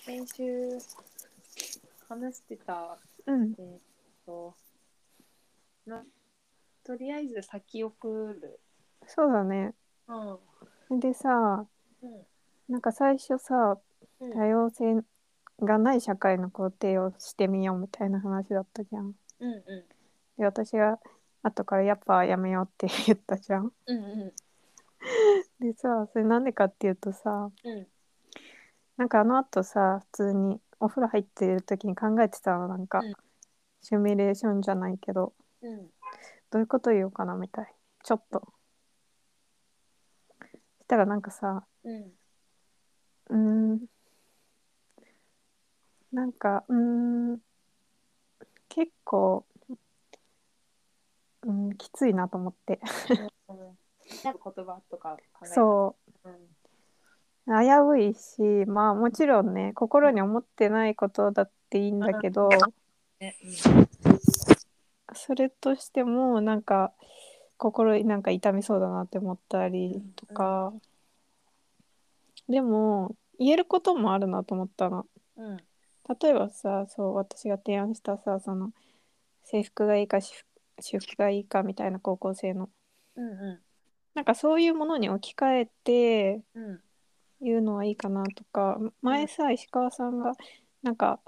先週話してた、うんえーっとなとりあえず先送る、そうだねうんうんでさなんか最初さうん多様性がない社会の肯定をしてみようみたいな話だったじゃんうんうで私が後からやっぱやめようって 言ったじゃんんうんでさそれなんでかっていうとさうんなんかあのあとさ普通にお風呂入ってる時に考えてたのなんか、うんシミュレーションじゃないけどうんどういうこと言おうかなみたいちょっとしたらなんかさうんうーんなんかうーん結構うんきついなと思ってうんなんか言葉とか考えたそううん危ういしまあもちろんね心に思ってないことだっていいんだけどねうんそれとしてもなんか心になんか痛みそうだなって思ったりとかでも言えることもあるなと思ったの。うん例えばさそう私が提案したさその制服がいいか私服私服がいいかみたいな高校生のうんうなんかそういうものに置き換えてんうん言うのはいいかなとか前さ石川さんがなんか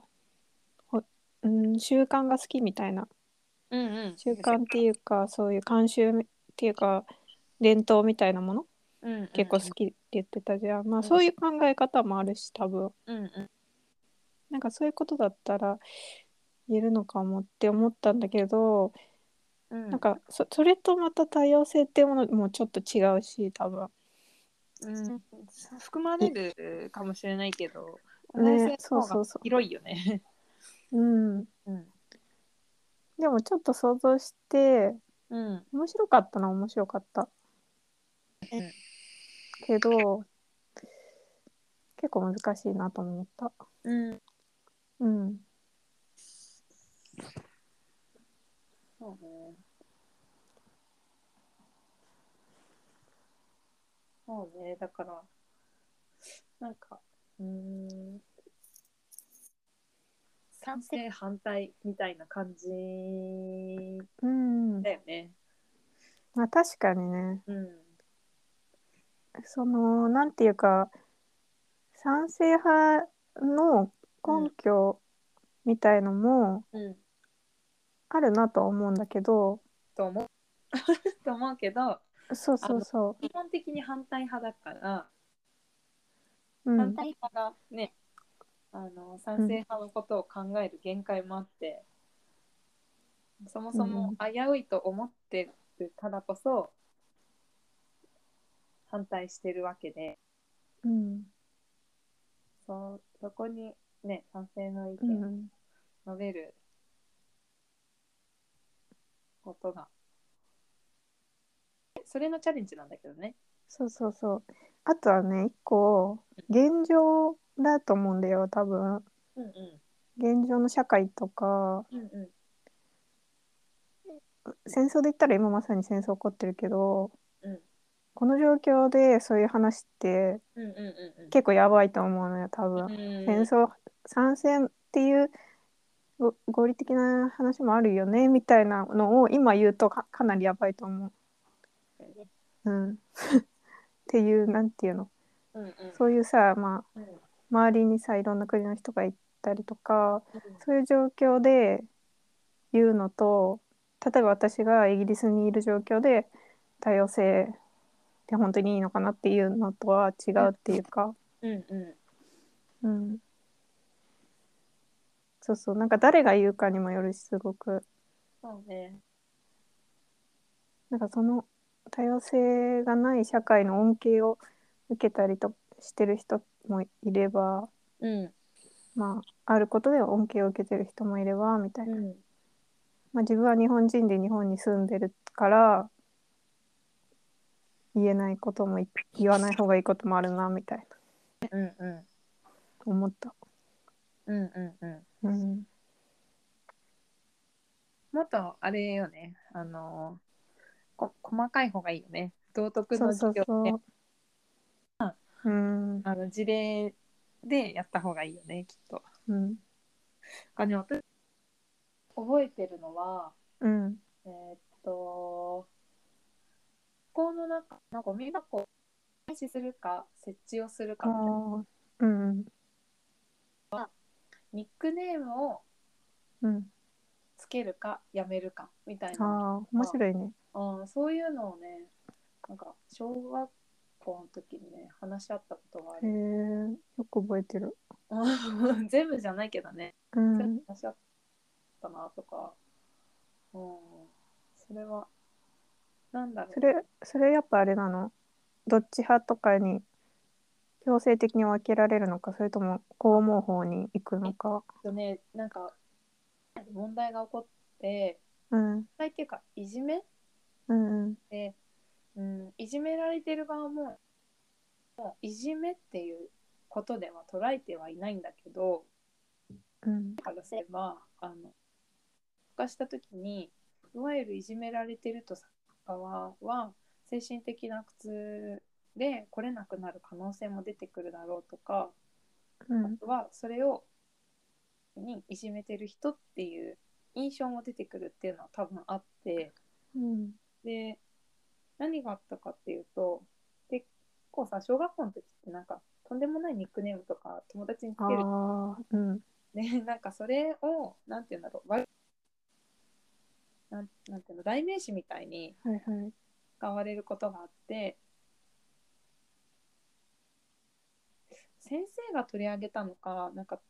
ほ、うん、習慣が好きみたいなうんうん習慣っていうかそういう慣習っていうか伝統みたいなものうんうん結構好きって言ってたじゃん、まあそういう考え方もあるし多分うんうんなんかそういうことだったら言えるのかもって思ったんだけど、うんなんかそそれとまた多様性っていうものもちょっと違うし多分うん含まれるかもしれないけどね多様性の方がそうそうそう広いよねうんうんでもちょっと想像してうん面白かったな面白かったうんけど結構難しいなと思ったうんうんそうね。そうね、だから、なんか、うーん、賛成反対みたいな感じうんだよね。まあ確かにねうん。そのなんていうか賛成派の根拠みたいのもうん。あるなとは思うんだけど、と思う。 と思うけど、そうそうそ基本的に反対派だから、う。うん反対派がね、あの賛成派のことを考える限界もあって、そもそも危ういと思ってるからこそ反対してるわけでうん。そそこにね賛成の意う見をん。述べることが、それのチャレンジなんだけどね。そうそうそう。あとはね、一個、現状だと思うんだよ、多分。うんう現状の社会とか、んうんう戦争で言ったら今まさに戦争起こってるけど、うんこの状況でそういう話ってんうんうん結構やばいと思うのよ、多構分。戦戦争、参戦っていうご合理的な話もあるよね、みたいなのを今言うとかかなりやばいと思う。うん、 っていうなんていうのうんうんそういうさ、まあ、うんうん周りにさいろんな国の人がいたりとかそういう状況で言うのと例えば私がイギリスにいる状況で多様性って本当にいいのかなっていうのとは違うっていうか、うんうんうん、そうそうなんか誰が言うかにもよるしすごくそうね。なんかその多様性がない社会の恩恵を受けたりとしてる人もいれば、うん。まあ、あることで恩恵を受けてる人もいればみたいな、うん。まあ、自分は日本人で日本に住んでるから言えないこともい言わない方がいいこともあるなみたいなうんう思った、ん。うんうんううん、ん。もっとあれよね。あのこ、細かい方がいいよね。道徳そのうそ授業うねそう、うん、あの事例でやった方がいいよねきっと。うん。あでも私覚えてるのはうん。えーっと学校の中のゴミ箱を廃止するか設置をするあかみたいなあ。うん。ニックネームをうん。つけるかやめるかみたいあなあ、面白いね。あそういうのをねなんか小学校の時にね話し合ったことがあへえる、よく覚えてる。うん 全部じゃないけどね、うちょっんと。話し合ったなとか、うん、それはなんだろうそれ、それやっぱあれなのどっち派とかに強制的に分けられるのか、それともこう思う方に行くのか。えっとねなんか問題が起こってうん。問題っていうかいじめうんうん。で、うん、いじめられてる側ももういじめっていうことでは捉えてはいないんだけどうん。からすればあの化した時にいわゆるいじめられてるとさ側は精神的な苦痛で来れなくなる可能性も出てくるだろうとか、うん。あとはそれをにいじめてる人っていう印象も出てくるっていうのは多分あってうん。で何があったかっていうと結構さ小学校の時ってなんかとんでもないニックネームとか友達につあけるあ、うん。ね、 なんかそれを、なんて言うんだろう、わなんなんていうの、代名詞みたいにはいはい。使われることがあって、先生が取り上げたのか、なんか、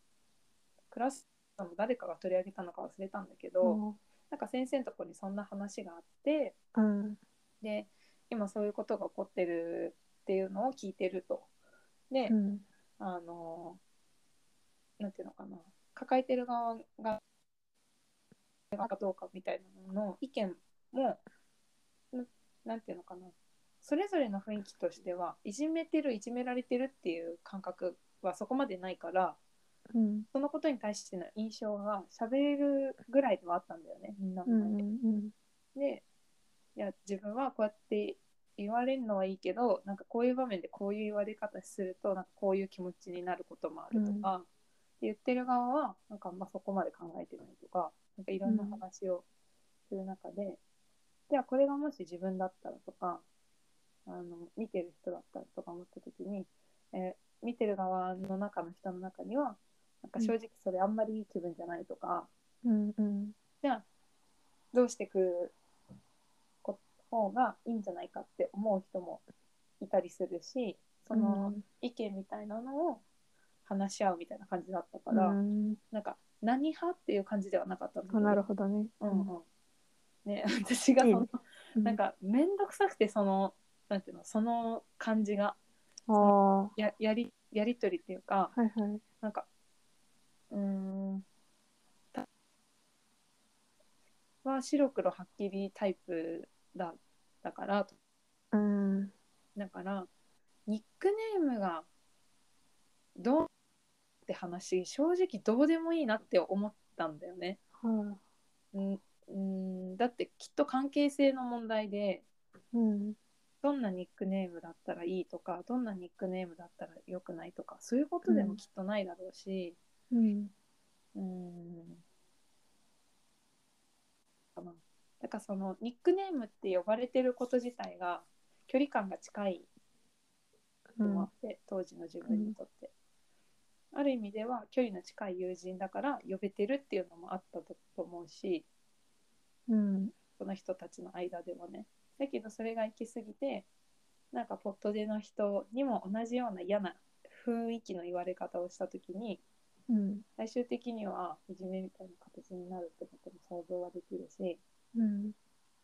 クラスの誰かが取り上げたのか忘れたんだけど、なんか先生のところにそんな話があって、うん。で、今そういうことが起こってるっていうのを聞いてると。で、うん。あの、なんていうのかな、抱えてる側が、なんかどうかみたいなのの意見も、ななんていうのかな、それぞれの雰囲気としては、いじめてる、いじめられてるっていう感覚はそこまでないから、うん。そのことに対しての印象が喋れるぐらいではあったんだよね、みんなうの前で。ん。うん。でいや自分はこうやって言われるのはいいけどなんかこういう場面でこういう言われ方するとなんかこういう気持ちになることもあるとか、言ってる側はなんかあんまそこまで考えてないとかなんかいろんな話をする中で、じゃあこれがもし自分だったらとかあの見てる人だったらとか思った時に、えー見てる側の中の人の中にはなんか正直それあんまりいい気分じゃないとか。うん。うん。じゃあどうしてくるこ方がいいんじゃないかって思う人もいたりするしその意見みたいなのを話し合うみたいな感じだったかうら、ん。なんか何派っていう感じではなかったんだけあ、なるほどね。うんうんね、 私がその、なんか面倒くさくてそのなんていうのその感じがああ、はややりやり取りっていうか、いはい。なんか、うーん、たは白黒はっきりタイプだだから、うん。だから、ニックネームがどうって話、正直どうでもいいなって思ったんだよね。うんうんだってきっと関係性の問題で、うん。どんなニックネームだったらいいとか、どんなニックネームだったら良くないとか、そういうことでもきっとないだろうし、うん。うんかな。だからそのニックネームって呼ばれてること自体が距離感が近いのもあって、当時の自分にとって、ある意味では距離の近い友人だから呼べてるっていうのもあったと思うしうん。この人たちの間でもねだけどそれが行き過ぎてなんかポットでの人にも同じような嫌な雰囲気の言われ方をした時にうん。最終的にはいじめみたいな形になるってことも想像はできるし、うん。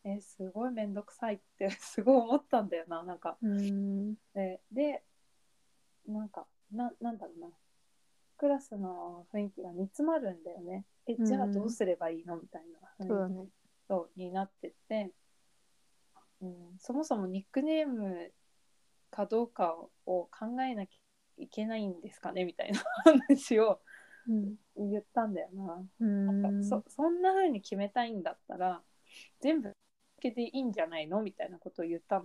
えーすごい面倒くさいって すごい思ったんだよななんか、うん。えーでなんかななんだろうなクラスの雰囲気が煮詰まるんだよねえうんじゃあどうすればいいのみたいなそうだ雰囲ね。気とになってって、うん、そもそもニックネームかどうかを考えなきゃいけないんですかねみたいな話をうん。言ったんだよな。うん。そそんな風に決めたいんだったら全部つけていいんじゃないのみたいなことを言ったの。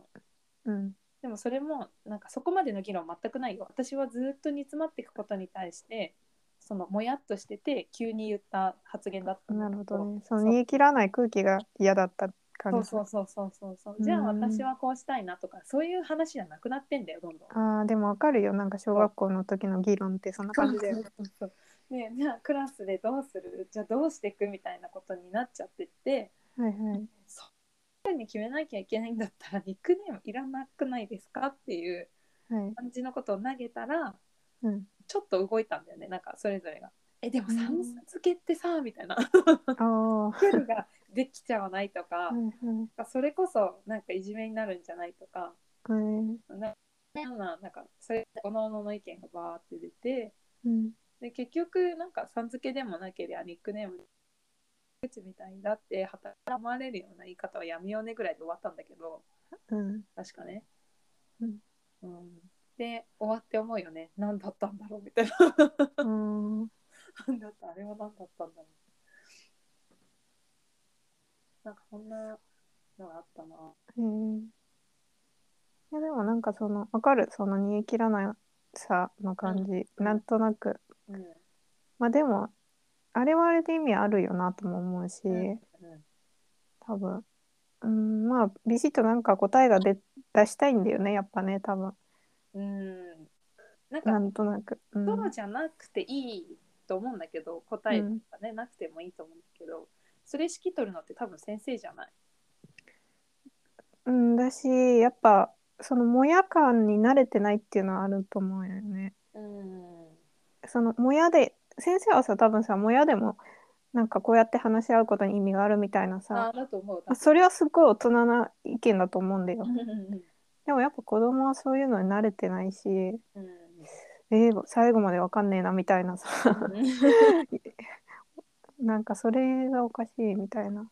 うん。でもそれもなんかそこまでの議論全くないよ私はずっと煮詰まっていくことに対してそのもやっとしてて急に言った発言だったんだなけるほどね。その煮え切らない空気が嫌だった感そうじ。そうそうそうそうそうじゃあうん私はこうしたいなとかそういう話じゃなくなってんだよどんどん。ああ、でもわかるよ。なんか小学校の時の議論ってそんな感じだよそうね。そうそうそうねじゃあクラスでどうするじゃあどうしていくみたいなことになっちゃってってはいはい。そういうふうに決めなきゃいけないんだったらニックネームいらなくないですかっていうはい。感じのことを投げたらうん。ちょっと動いたんだよねなんかそれぞれが。えでもうんさん付けってさみたいなああ。は距離ができちゃわないとかいはい。なんかそれこそなんかいじめになるんじゃないとかうん。ななんかなんかそれおのおのの意見がバーって出てうん。で結局なんかさん付けでもなければニックネーム口みたいにだって働まれるような言い方はやめようねぐらいで終わったんだけど。うん。確かね。うんうんで終わって思うよね何だったんだろうみたいなうん。何だったあれは何だったんだろうなんかこんなのがあったなへえいやでもなんかそのわかるその煮え切らなさの感じ、うんなんとなくうんまあでもあれはあれで意味あるよなとも思うし、うん多分うんまあビシッとなんか答えが出出したいんだよねやっぱね多分うんなんなかんとなく、うん、そうじゃなくていいと思うんだけど答えとかね、なくてもいいと思うんだけどそれ指揮取るのって多分先生じゃないうんだしやっぱそのもや感に慣れてないっていうのはあると思うよねうんそのもやで先生はさ多分さもやでもなんかこうやって話し合うことに意味があるみたいなさああだと思うあそれはすごい大人な意見だと思うんだよう。んうんでもやっぱ子供はそういうのに慣れてないし、えう んー最後までわかんねえなみたいなさ、 うんなんかそれがおかしいみたいな、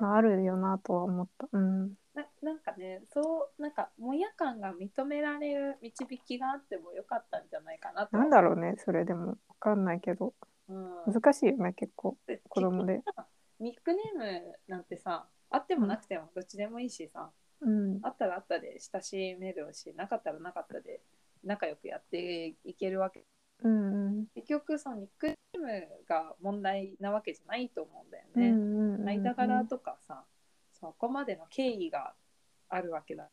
うんあるよなとは思った。うん。ななんかねそうなんかもや感が認められる導きがあってもよかったんじゃないかなとなんだろうね、それでも。わかんないけど。うん、難しいよね、結構。で子供で結局さニックネームなんてさあってもなくてもどっちでもいいしさ、うん。あったらあったで親しめるしなかったらなかったで仲良くやっていけるわけうんうん。結局そのニックネームが問題なわけじゃないと思うんだようんね、うんうんうん間柄とかさそこまでの経緯があるわけだ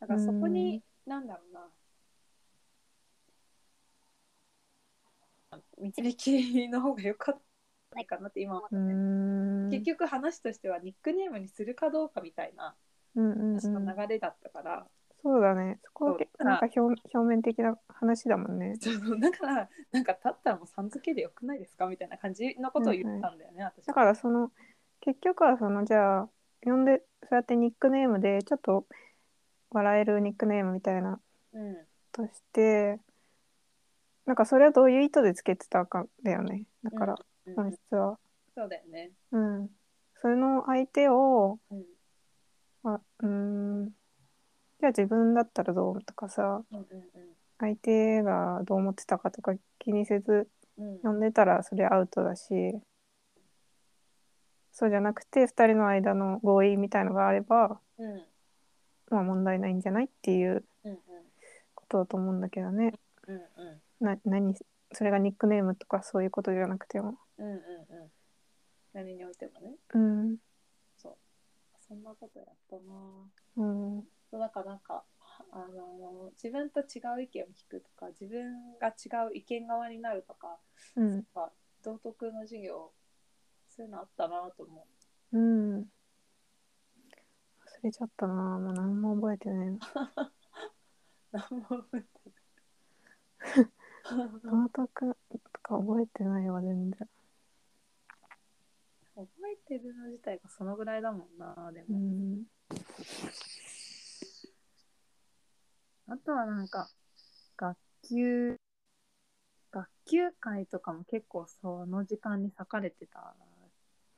だからそこに、なんだろうな導きの方が良かったないかなって今は、うねん。結局話としてはニックネームにするかどうかみたいなうんうんうん話の流れだったから、そうだね。そこはそうなんか表表面的な話だもんね。そうだからなんかだったらもうさん付けでよくないですかみたいな感じのことを言ったんだよね、私だからその結局はそのじゃあ呼んでそうやってニックネームでちょっと笑えるニックネームみたいなうんとしてなんかそれはどういう意図でつけてたかだよねだからうん本質は。そうだよね、うん、その相手をうんあうーんじゃあ自分だったらどうとかさうんう相手がどう思ってたかとか気にせずんうんう呼んんでたらそれアウトだしそうじゃなくて2人の間の合意みたいのがあれば、うんうんまあ、問題ないんじゃないっていううんことだと思うんだけどねうんうんな何それがニックネームとかそういうことじゃなくてもうんうんうん。何においてもね。うんそんなことやったなぁうんそうだからなんか、あの自分と違う意見を聞くとか、自分が違う意見側になるとか、うんなんか道徳の授業、そういうのあったなぁと思うん忘れちゃったなもう何も覚えてないなう。何も覚えてない覚道徳とか覚えてないわ全然えてるの自体がそのぐらいだもんなぁでうも。んあとはなんか、学級、学級会とかも結構その時間に割かれてた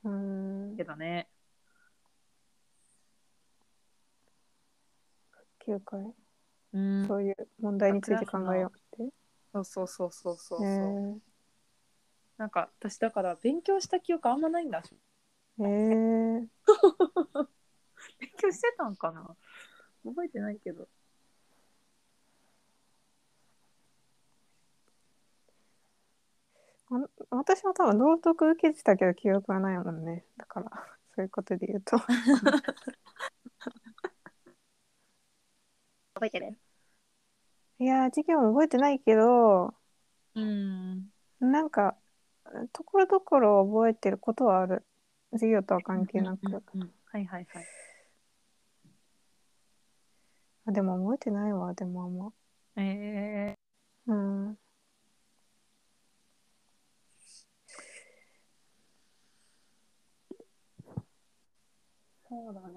うんけどね。 9回うんそういう問題について考えようってそうそうそうそうそうそう、えーなんか私だから勉強した記憶あんまないんだえー勉強してたんかな覚えてないけど。私も多分道徳受けてたけど記憶はないもんねだから そういうことで言 うと覚えてるいやー授業も覚えてないけどうん。なんかところどころ覚えてることはある授業とは関係なく、うんうんはいはいはい。あでも覚えてないわでもあんまうん。えうんそうだなぁ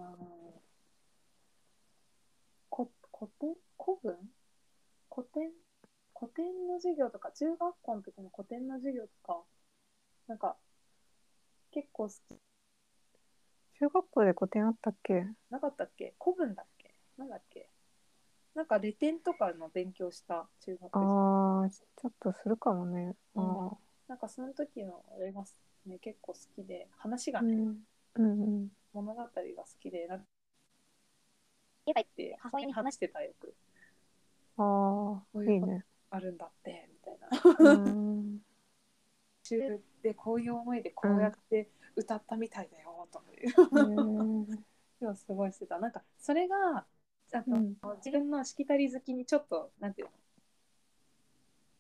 こ古典古文古典古典の授業とか中学校の時の古典の授業とかなんか結構好き中学校で古典あったっけなかったっけ古文だっけなんだっけなんかレ点とかの勉強した中学あ時ーちょっとするかもねあーなんかその時の俺がね結構好きで話がうね、んうんうん物語が好きでなんかー、やっって母親に話してたよくあこうあいいういことねあるんだってみたいなうん中でこういう思いでこうやって歌ったみたいだよとかいうへーでもすごいしてたなんかそれがあと、うん自分のしきたり好きにちょっとなんていうの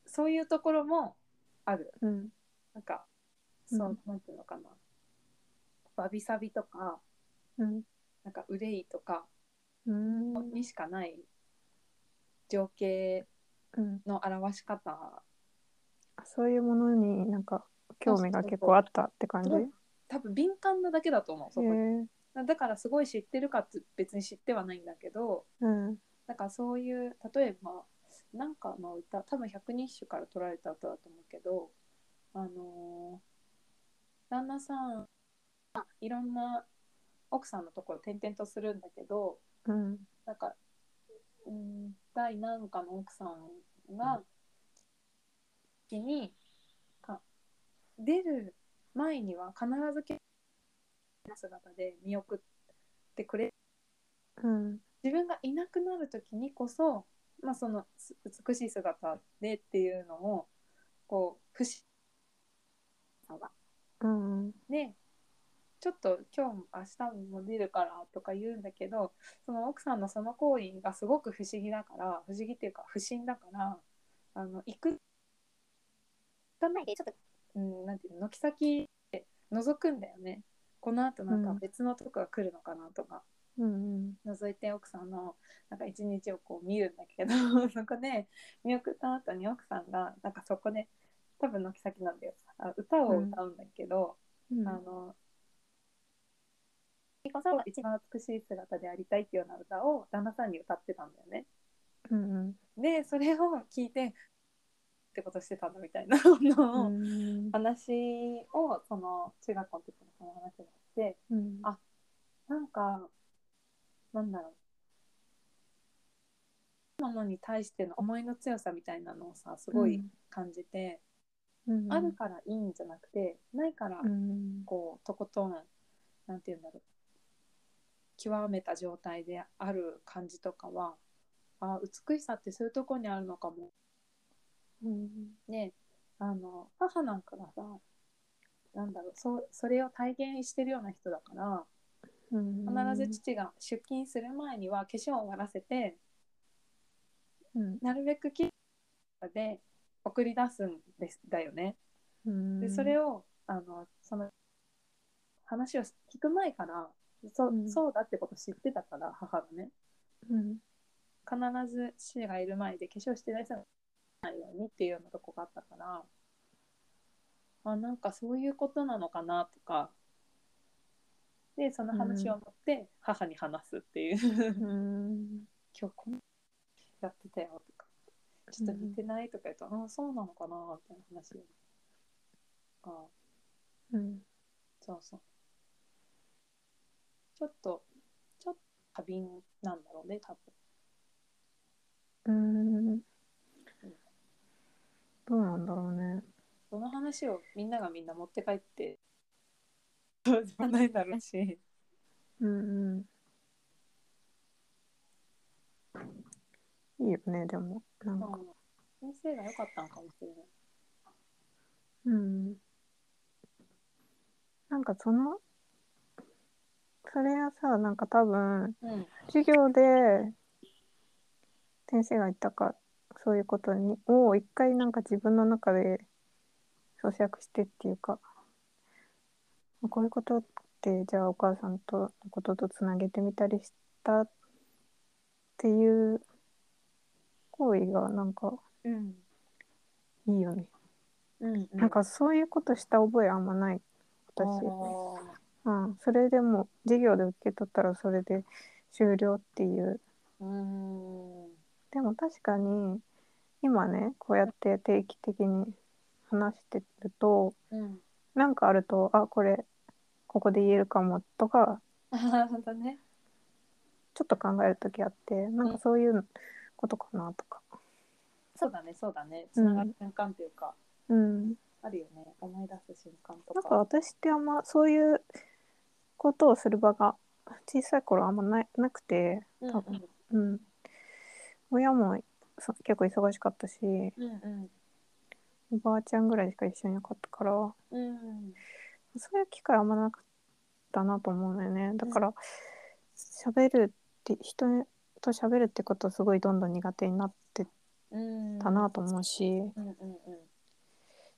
そういうところもあるうんなんかそう、うんなんていうのかなわびさびとかうんなんか憂いとかうんにしかない情景うんの表し方あそういうものになんか興味が結構あったって感じそう多分敏感なだけだと思うそこへにーだからすごい知ってるかって別に知ってはないんだけど、うんなんかそういう例えばなんかの歌多分百人一首から取られた歌だと思うけどあのー旦那さんいろんな奥さんのところ転々とするんだけどうんなんか、うん、第何かの奥さんが時にか出る前には必ず結婚の姿で見送ってくれうん自分がいなくなる時にこそ、まあ、そのす美しい姿でっていうのをこう不思議がうんねちょっと今日も明日も出るからとか言うんだけどその奥さんのその行為がすごく不思議だから不思議っていうか不審だからあの行くと前でちょっと、うん、なんていうの軒先で覗くんだよねこのあとなんかうん別のとこが来るのかなとか、うん覗いて奥さんのなんか一日をこう見るんだけど そこで見送った後に奥さんがなんかそこで多分軒先なんだよあ歌を歌うんだけど、うんあの「こそ一番美しい姿でありたい」っていうような歌を旦那さんに歌ってたんだよね。うんでそれを聞いてってことしてたんだみたいな のをうん話をその中学校の時のその話になってうんあなんか、なんだろう。ものに対しての思いの強さみたいなのをさ、すごい感じて、うんあるからいいんじゃなくて、ないからう、んこう、とことん、なんて言うんだろう。極めた状態である感じとかは、あ美しさってそういうとこにあるのかも。うんね、あの、母なんかがさ、なんだろう、そうそれを体現してるような人だから、必ず父が出勤する前には化粧を終わらせてうんなるべくきで送り出すんですだよね。うんでそれをあのその話を聞く前からそ,、うんそうだってこと知ってたから母がねうん必ず父がいる前で化粧してない人がないようにっていうようなとこがあったからあなんかそういうことなのかなとかでその話を持って母に話すっていう。うん今日こんやってたよとかちょっと似てないとか言うと、ああそうなのかなみたいな話ああうんそうそうちょっとちょっと過敏なんだろうね多分うんどうなんだろうねその話をみんながみんな持って帰ってそうじゃないだろうしうんうんいいよねでもなんか先生が良かったのかもしれない。うんなんかそのそれはさなんか多分うん。授業で先生が言ったかそういうことにを一回なんか自分の中で咀嚼してっていうかこういうことってじゃあお母さんとのこととつなげてみたりしたっていう行為がなんかうん。いいよね、うん。なんかそういうことした覚えあんまないあー、私、うん、それでも授業で受け取ったらそれで終了っていううーん。でも確かに今ねこうやって定期的に話してるとうん。 なんかあるとあこれここで言えるかもとかなるほどね。ちょっと考える時あってなんかそういうことかなとかそうだね、そうだね。つうんながる瞬間っていうか、うんあるよね。思い出す瞬間となか。んか私ってあんまそういうことをする場が小さい頃あんまないなくて、うん多分うん、親もそ結構忙しかったしうん。おばあちゃんぐらいしか一緒にいなかったからうん。うん。そういう機会あんまなかったなと思うんだよねだから喋るって人と喋るってことすごいどんどん苦手になってうん。たな。と思うし、うんうんうん。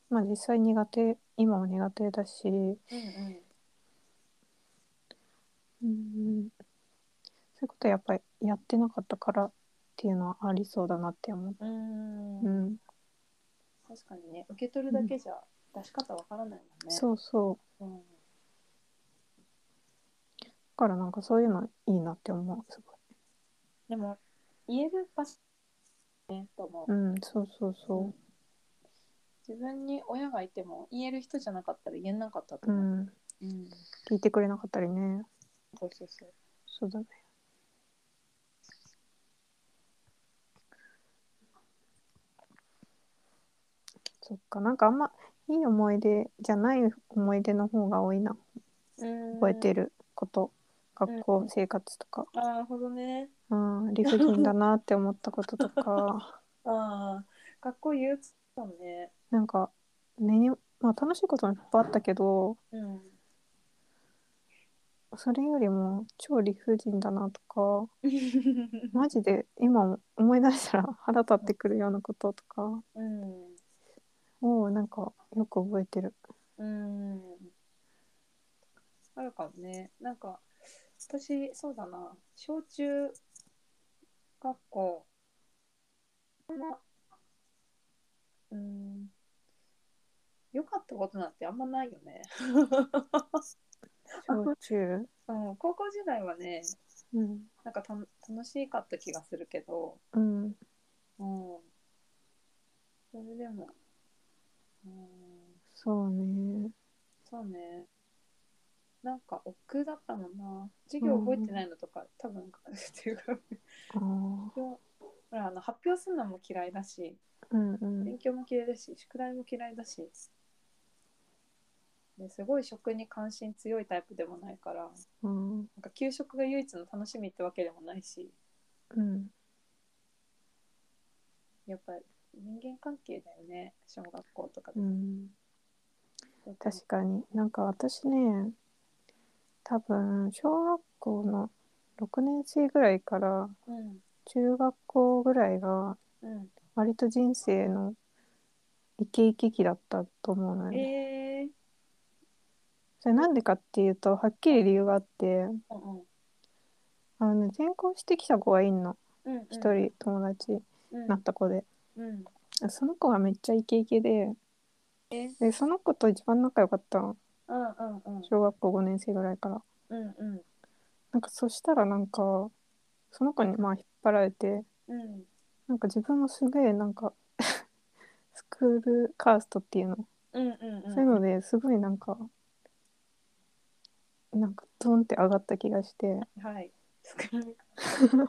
まあ実際苦手今も苦手だし、うんうん。うんそういうことやっぱりやってなかったからっていうのはありそうだなって思う。う、うんん、確かにね受け取るだけじゃ出し方わからないもんね、そうそう。うん、だからなんかそういうのいいなって思う。すでも言える場所ねと思う、ごい。うん、そうそうそ自分に親がいても言える人じゃなかったら言えなかったとう。う思う、ん、うん、聞いてくれなかったりね。そうそうそうそうだね。そっか、なんかあんまいい思い出じゃない思い出の方が多いな。覚えてるること、学う校ん生活とか、あなるほどねうん、理不尽だなって思ったこととか。ああ学校憂鬱だもんねなんか、ねまあ、楽しいこともいっぱいあったけど うんそれよりも超理不尽だなとかマジで今思い出したら腹立ってくるようなこととかうんをなんかよく覚えてる。うんあるかもねなんか私そうだな小中学校うん良かったことなんてあんまないよね、小中、うん、高校時代はねうんなんかたの楽しかった気がするけど、うん、うん、それでも、うん、そうねそうね。なんか億劫だったもんな。授業覚えてないのとか、多分っていうか、あーほらあの発表するのも嫌いだし、うんうん勉強も嫌いだし、宿題も嫌いだし。ですごい食に関心強いタイプでもないから、なんうんか給食が唯一の楽しみってわけでもないし、うんやっぱ人間関係だよね、小学校とかうで。ん確かになんか私ね多分小学校の6年生ぐらいからうん、中学校ぐらいがう割と人生のイケイケ期だったと思うのよん。ね。えー、それなんでかっていうとはっきり理由があってうんうんあの、ね、転校してきた子がいんのうんうん。一人友達にうんなった子で、うん。その子がめっちゃイケイケでえでその子と一番仲良かったのうんうんうん。小学校5年生ぐらいから。うんうん。なんかそしたらなんかその子にまあ引っ張られてうんなんか自分もすげえなんか スクールカーストっていうのうんうんうん。そういうのですごいなんか、なんかドンって上がった気がして、 はい。少ない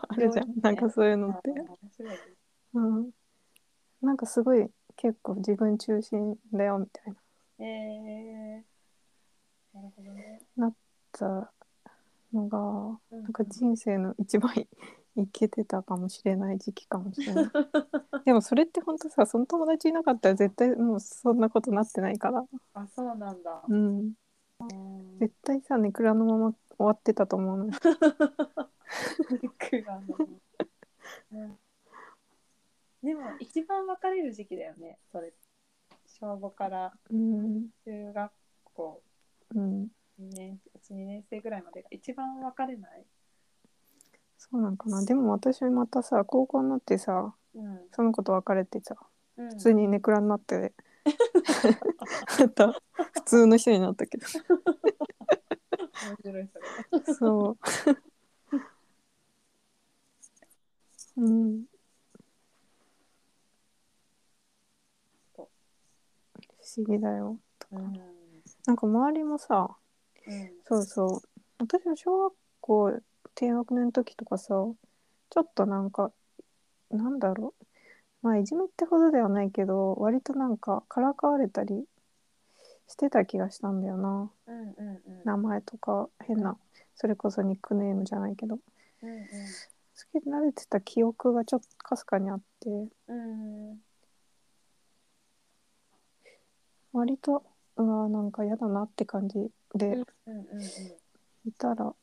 あるじゃん、なんかそういうのって。面白いね。うん。なんかすごい結構自分中心だよみたいな。えー、なるほどね。だったのが、うんなんか人生の一番いけてたかもしれない時期かもしれ ないでもそれって本当さその友達いなかったら絶対もうそんなことなってないからあそうなんだ、うんうん絶対さネクラのまま終わってたと思うのよクラのうんでも一番別れる時期だよねそれ小5からうん中学校うん2年1 2年生ぐらいまでが一番別れない、そうなんかなでも私またさ高校になってさうんその子と別れてさうん、普通にネクラにな って、また普通の人になったけど面白いそれそう。 うん。不思議だよ。うんなんか周りもさ、うんそうそう。私の小学校低学年の時とかさ、ちょっとなんか、なんだろう。まあいじめってほどではないけど、割となんかからかわれたりしてた気がしたんだよな。うんうんうん名前とか変な、それこそニックネームじゃないけど。うんうんつけられてた記憶がちょっとかすかにあってうん割とうわーなんか嫌だなって感じでうんうんいたら、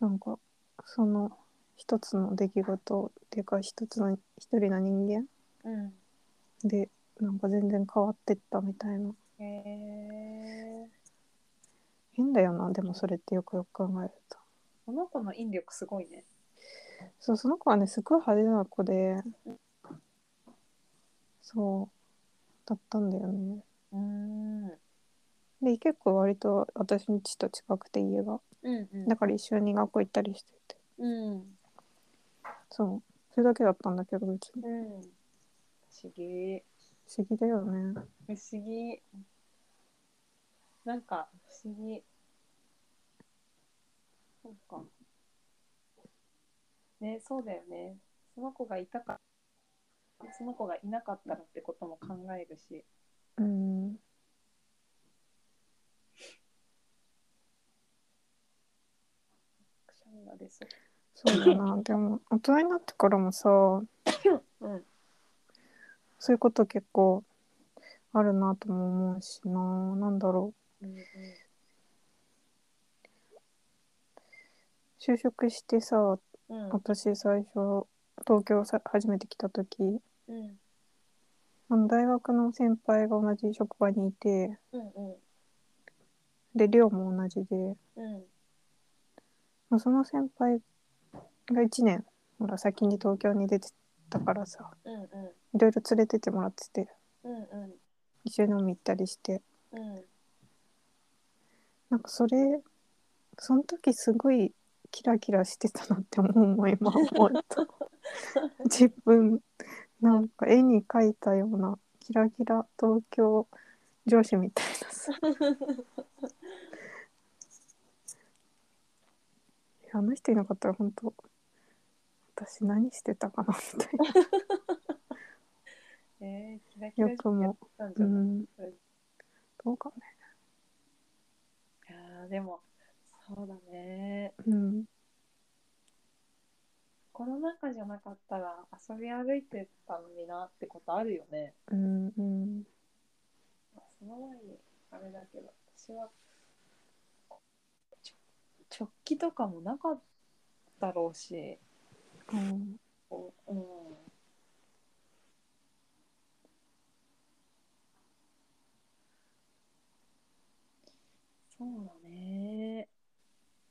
なんかその一つの出来事っていうか一つの一人の人間うんでなんか全然変わってったみたいなうんへえ変だよなでもそれってよくよく考えるとこの子の引力すごいねそうその子はねすごい派手な子でそうだったんだよねうんうんで結構割と私の家と近くて家がうんだから一緒に学校行ったりしててうんそうそれだけだったんだけど別にうん不思議不思議だよね不思議なんか不思議そうかねそうだよねその子がいたかその子がいなかったらってことも考えるしうんくしゃみが出そうそうだな でも大人になってからもさうんそういうこと結構あるなとも思うしななんだろうんう就職してさうん私最初東京さ初めて来た時うんうんあの大学の先輩が同じ職場にいてうんうんで寮も同じでうんまあその先輩が1年ほら先に東京に出てたからさうんうんいろいろ連れてってもらっててうんうん一緒に飲み行ったりしてうんなんかそれその時すごいキラキラしてたなって思う今思うと自分なんか絵に描いたようなキラキラ東京上司みたいなさいやあの人いなかったら本当私何してたかなみたいなえー、キラキラよくもやってたんじうゃない、んどうかねいやーでもそうだねうんコロナ禍じゃなかったら遊び歩いてたのになってことあるよね。うんうんまあその前にあれだけど私はちょ直帰とかもなかったろうし、うんこううん、そうだね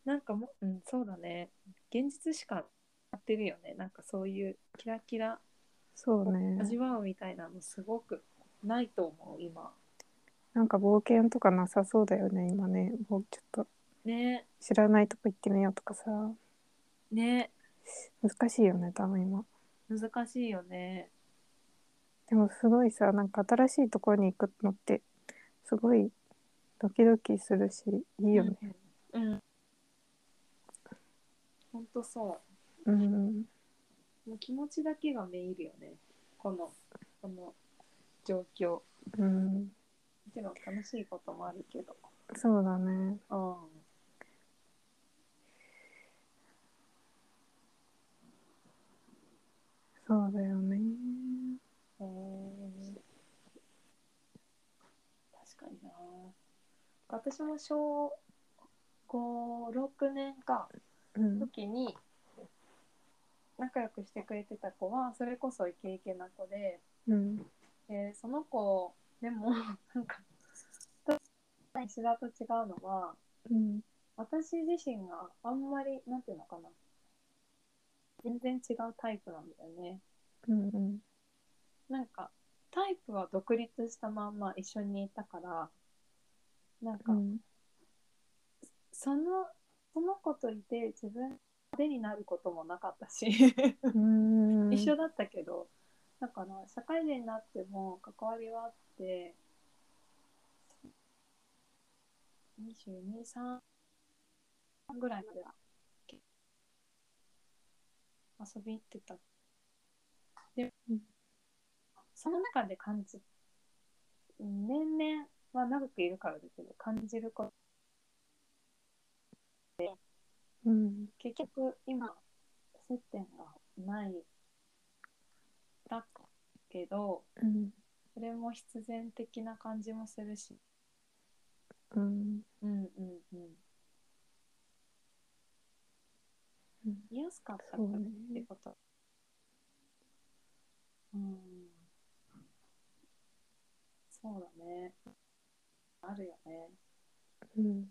なんかもう、うん、そうだね現実しかやってるよねなんかそういうキラキラそうね味わうみたいなのすごくないと思う今なんか冒険とかなさそうだよね今ねもうちょっとね知らないとこ行ってみようとかさね難しいよね多分今難しいよねでもすごいさなんか新しいところに行くのってすごいドキドキするしいいよねうん、うん、ほんとそうんうもう気持ちだけがめいるよねこのこの状況もうんちろん楽しいこともあるけどそうだねうんそうだよね。えー確かにな私も小56年かうん。時に仲良くしてくれてた子はそれこそイケイケな子でうん。でその子でもなんか 私だと違うのはうん。私自身があんまりなんていうのかな全然違うタイプなんだよね。うん。うん。なんかタイプは独立したまんま一緒にいたからなんか、うん。そのその子といて自分でになることもなかったしうん。一緒だったけどだから社会人になっても関わりはあって223ぐらいまでは遊び行ってたでうんその中で感じ年々は長くいるからだけど感じることうん。結局今接点がないだけどうん。それも必然的な感じもするしうん。うんうんうんうん癒やすかったかそらっうね。てことうんそうだねあるよねうん。